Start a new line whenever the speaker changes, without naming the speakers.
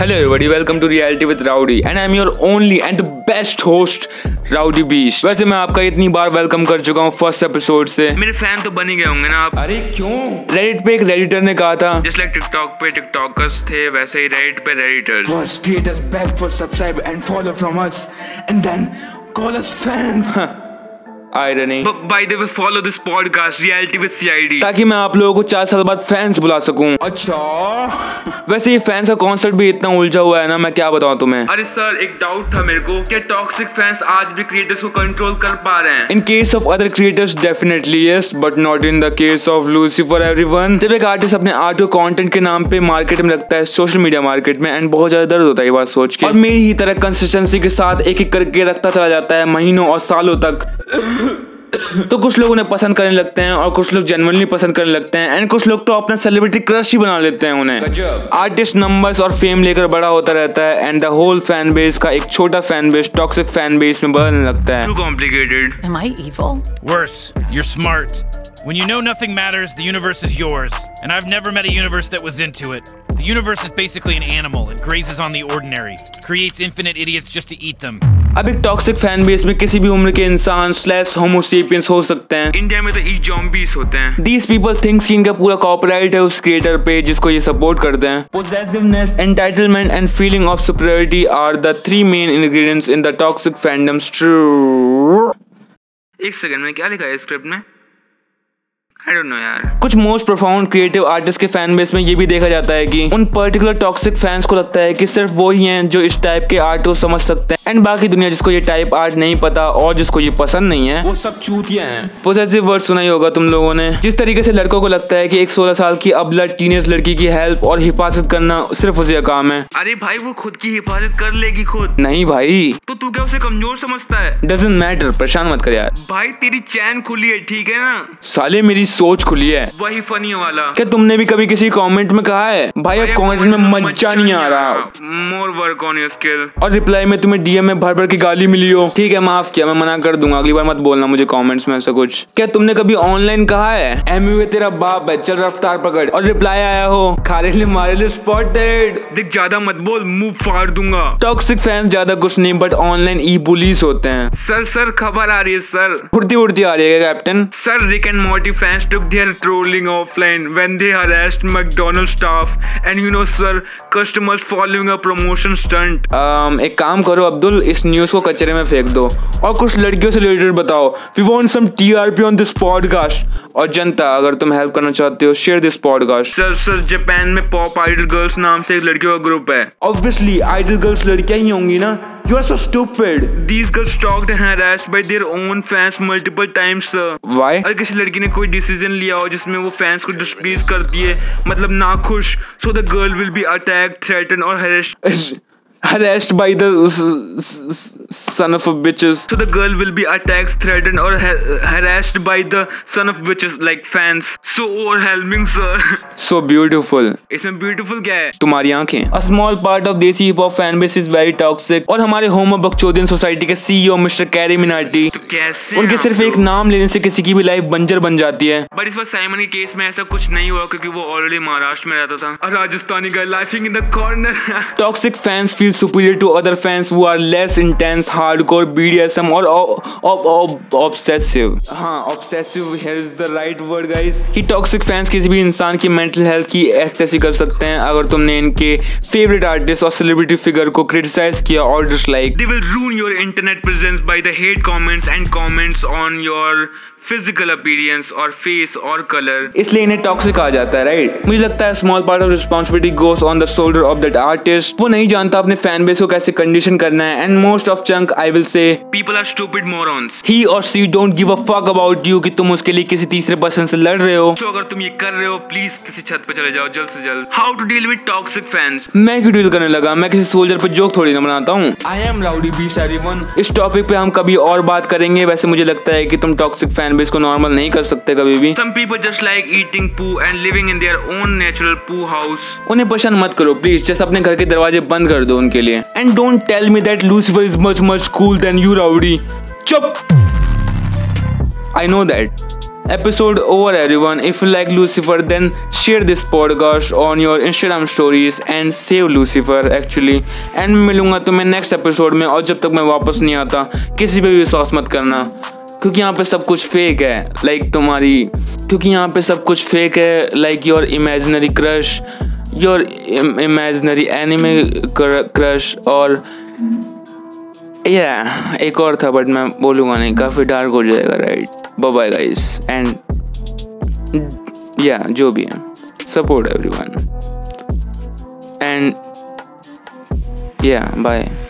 Hello everybody, welcome to Reality with Rowdy and I'm your only and the best host Rowdy Beast. वैसे मैं आपका इतनी बार welcome कर चुका हूँ फर्स्ट एपिसोड से मेरे फैन तो बन ही गए होंगे ना आप अरे क्यों रेडिट पे एक रेडिटर ने कहा था जिस लाइक टिकटॉक पे टिकटॉकर्स थे वैसे ही रेडिट पे redditors
First, treat us back for subscribe and follow from us, and then call us fans.
Irony
By the way, follow this podcast, Reality with CID.
ताकि मैं आप लोगों को चार साल बाद फैंस बुला सकूं
अच्छा
अच्छा।
वैसे ये फैंस का कॉन्सर्ट भी इतना उलझा हुआ है ना मैं क्या बताऊं तुम्हें
अरे सर एक डाउट था मेरे को क्या टॉक्सिक फैंस आज भी क्रिएटर्स को कंट्रोल कर पा रहे हैं
In case of other creators, definitely yes, but not in the case of Lucifer everyone. जब एक आर्टिस्ट अपने आर्ट को कंटेंट के नाम पे मार्केट में रखता है सोशल मीडिया मार्केट में एंड बहुत ज्यादा दर्द होता है ये बात सोच के और मेरी ही तरह कंसिस्टेंसी के साथ एक एक करके रखता चला जाता है महीनों और सालों तक तो कुछ लोग उन्हें पसंद करने लगते हैं और कुछ लोग जेनवनली पसंद करने लगते हैं एंड कुछ लोग तो अपना सेलिब्रिटी क्रश ही बना लेते हैं उन्हें आर्टिस्ट नंबर्स और फेम लेकर बड़ा होता रहता है and the whole fan base का एक छोटा fan base toxic fan base में बदलने लगता है
Too complicated.
Am I evil?
Worse, you're smart. When you know nothing matters, the universe is yours. And I've never met a universe that was into it. The universe is basically an animal. It grazes on the ordinary, creates infinite idiots just to eat them.
अब एक toxic fan base में किसी भी उम्र के इंसान slash Homo sapiens हो सकते हैं
इंडिया में तो ई जॉम्बीज होते हैं
दीज पीपल थिंक्स कि इनका पूरा कॉपीराइट है उस क्रिएटर पे जिसको ये सपोर्ट करते हैं
possessiveness.
Entitlement and feeling of superiority are the three main ingredients in the toxic fandoms true
एक सेकंड में क्या लिखा है स्क्रिप्ट में आई डोंट नो यार
कुछ मोस्ट प्रोफाउंड क्रिएटिव आर्टिस्ट के फैन बेस में ये भी देखा जाता है कि उन पर्टिकुलर टॉक्सिक फैंस को लगता है कि सिर्फ वो ही हैं जो इस टाइप के आर्ट को समझ सकते हैं एंड बाकी दुनिया जिसको ये टाइप आर्ट नहीं पता और जिसको ये पसंद नहीं है
वो सब चूतिया हैं
पोजेसिव वर्ड सुना ही होगा तुम लोगों ने जिस तरीके से लड़कों को लगता है कि एक 16 साल की अबला टीनेज लड़की की हेल्प और हिफाजत करना सिर्फ उसी का काम है
अरे भाई वो खुद की हिफाजत कर लेगी खुद
नहीं भाई
तो तू क्या उसे कमजोर समझता है
डजेंट मैटर परेशान मत कर यार
भाई तेरी चैन खुली है ठीक है ना
साले मेरी सोच खुली है
वही फनी वाला
क्या तुमने भी कभी किसी कमेंट में कहा है भाई अब कमेंट में मजा नहीं आ रहा
more work on your skill
और रिप्लाई में तुम्हें डीएम में भर भर के गाली मिली हो ठीक है माफ किया मैं मना कर दूंगा अगली बार मत बोलना मुझे कमेंट्स में ऐसा कुछ क्या तुमने कभी ऑनलाइन कहा है एमयूए तेरा बाप है चल रफ्तार पकड़ और रिप्लाई आया हो खारे ले मारे ले स्पॉटेड
देख ज्यादा मत बोल मुंह फाड़ दूंगा
टॉक्सिक फैंस ज्यादा कुछ नहीं बट ऑनलाइन ई पुलिस होते हैं
सर सर खबर आ रही है सर
उड़ती उड़ती आ रही है क्या captain
Sir Rick and Morty fans took their trolling offline when they harassed McDonald's staff and you know sir customers following a promotion stunt.
Um, एक काम करो अब्दुल इस न्यूज को कचरे में फेंक दो और कुछ लड़कियों से रिलेटेड बताओ we want some TRP on this podcast और जनता अगर तुम हेल्प करना चाहते हो share this podcast
sir sir Japan में पॉप आइडल गर्ल्स नाम से एक लड़कियों का ग्रुप है
ऑब्वियसली आइडल गर्ल्स लड़कियां ही होंगी ना you are so stupid
These girls stalked and harassed by their own fans multiple times sir.
Why
अगर uh, किसी लड़की ने कोई डिसीजन लिया हो जिसमें वो फैंस को डिस्प्लीज करती है मतलब नाखुश so the girl will be attack threaten और harassed
harassed by the son of a bitches
So the girl will be attacked, threatened, or ha- harassed by the son of bitches like fans. So overwhelming, sir.
so beautiful
इसमें beautiful क्या है?
तुम्हारी आंखें a small part of desi hip hop fan base is very toxic और हमारे homo बक्चोदियन society के CEO mister carry Minati
तो कैसे
उनके
आप
सिर्फ
लोग?
एक नाम लेने से किसी की भी लाइफ बंजर बन जाती है
But इस बार साइमन के केस में ऐसा कुछ नहीं हुआ क्योंकि वो ऑलरेडी महाराष्ट्र में रहता था A राजस्थानी का laughing in the corner
Toxic fans feel superior to other fans who are less intense, hardcore, BDSM or ob- ob- ob- obsessive. हाँ, obsessive here is the right word, guys. कि toxic fans किसी भी इंसान की mental health की ऐसी कर सकते हैं अगर तुमने इनके favorite artist और celebrity figure को criticize किया और dislike.
They will ruin your internet presence by the hate comments and comments on your physical appearance or face or color.
इसलिए इन्हें टॉक्सिक कहा जाता है राइट मुझे लगता है small part of responsibility goes on the shoulder of that artist वो नहीं जानता अपने फैन बेस को कैसे कंडीशन करना है and most of chunk I will say
People are stupid morons.
He और she don't give a fuck about you कि तुम उसके लिए किसी तीसरे पर्सन से लड़ रहे हो
तो अगर तुम ये कर रहे हो प्लीज किसी छत पे चले जाओ जल्द से जल्द how to deal with toxic fans
मैं क्यों डील करने लगा मैं किसी सोल्जर पर जोक थोड़ी ना बनाता हूँ
I am Rowdy Beast, everyone.
इस टॉपिक पे हम कभी और बात करेंगे वैसे मुझे लगता है कि तुम टॉक्सिक फैन बेस को नॉर्मल नहीं कर सकते कभी भी
Some people just like eating poo and living in their own natural poo house.
उन्हें परेशान मत करो प्लीज जस्ट अपने घर के दरवाजे बंद कर दो उनके लिए and don't tell me that Lucifer is much much cool than you rowdy चुप I know that episode over, everyone. If you like Lucifer, then share this podcast on your Instagram stories and save Lucifer actually. And मिलूंगा तुम्हें next episode में और जब तक मैं वापस नहीं आता किसी पे भी विश्वास मत करना क्योंकि यहाँ पे सब कुछ फेक है लाइक like तुम्हारी क्योंकि यहाँ पे सब कुछ फेक है like your imaginary crush your imaginary anime crush और या एक और था बट मैं बोलूँगा नहीं काफ़ी डार्क हो जाएगा राइट बाय गाइस एंड या जो भी है सपोर्ट एवरीवन एंड या बाय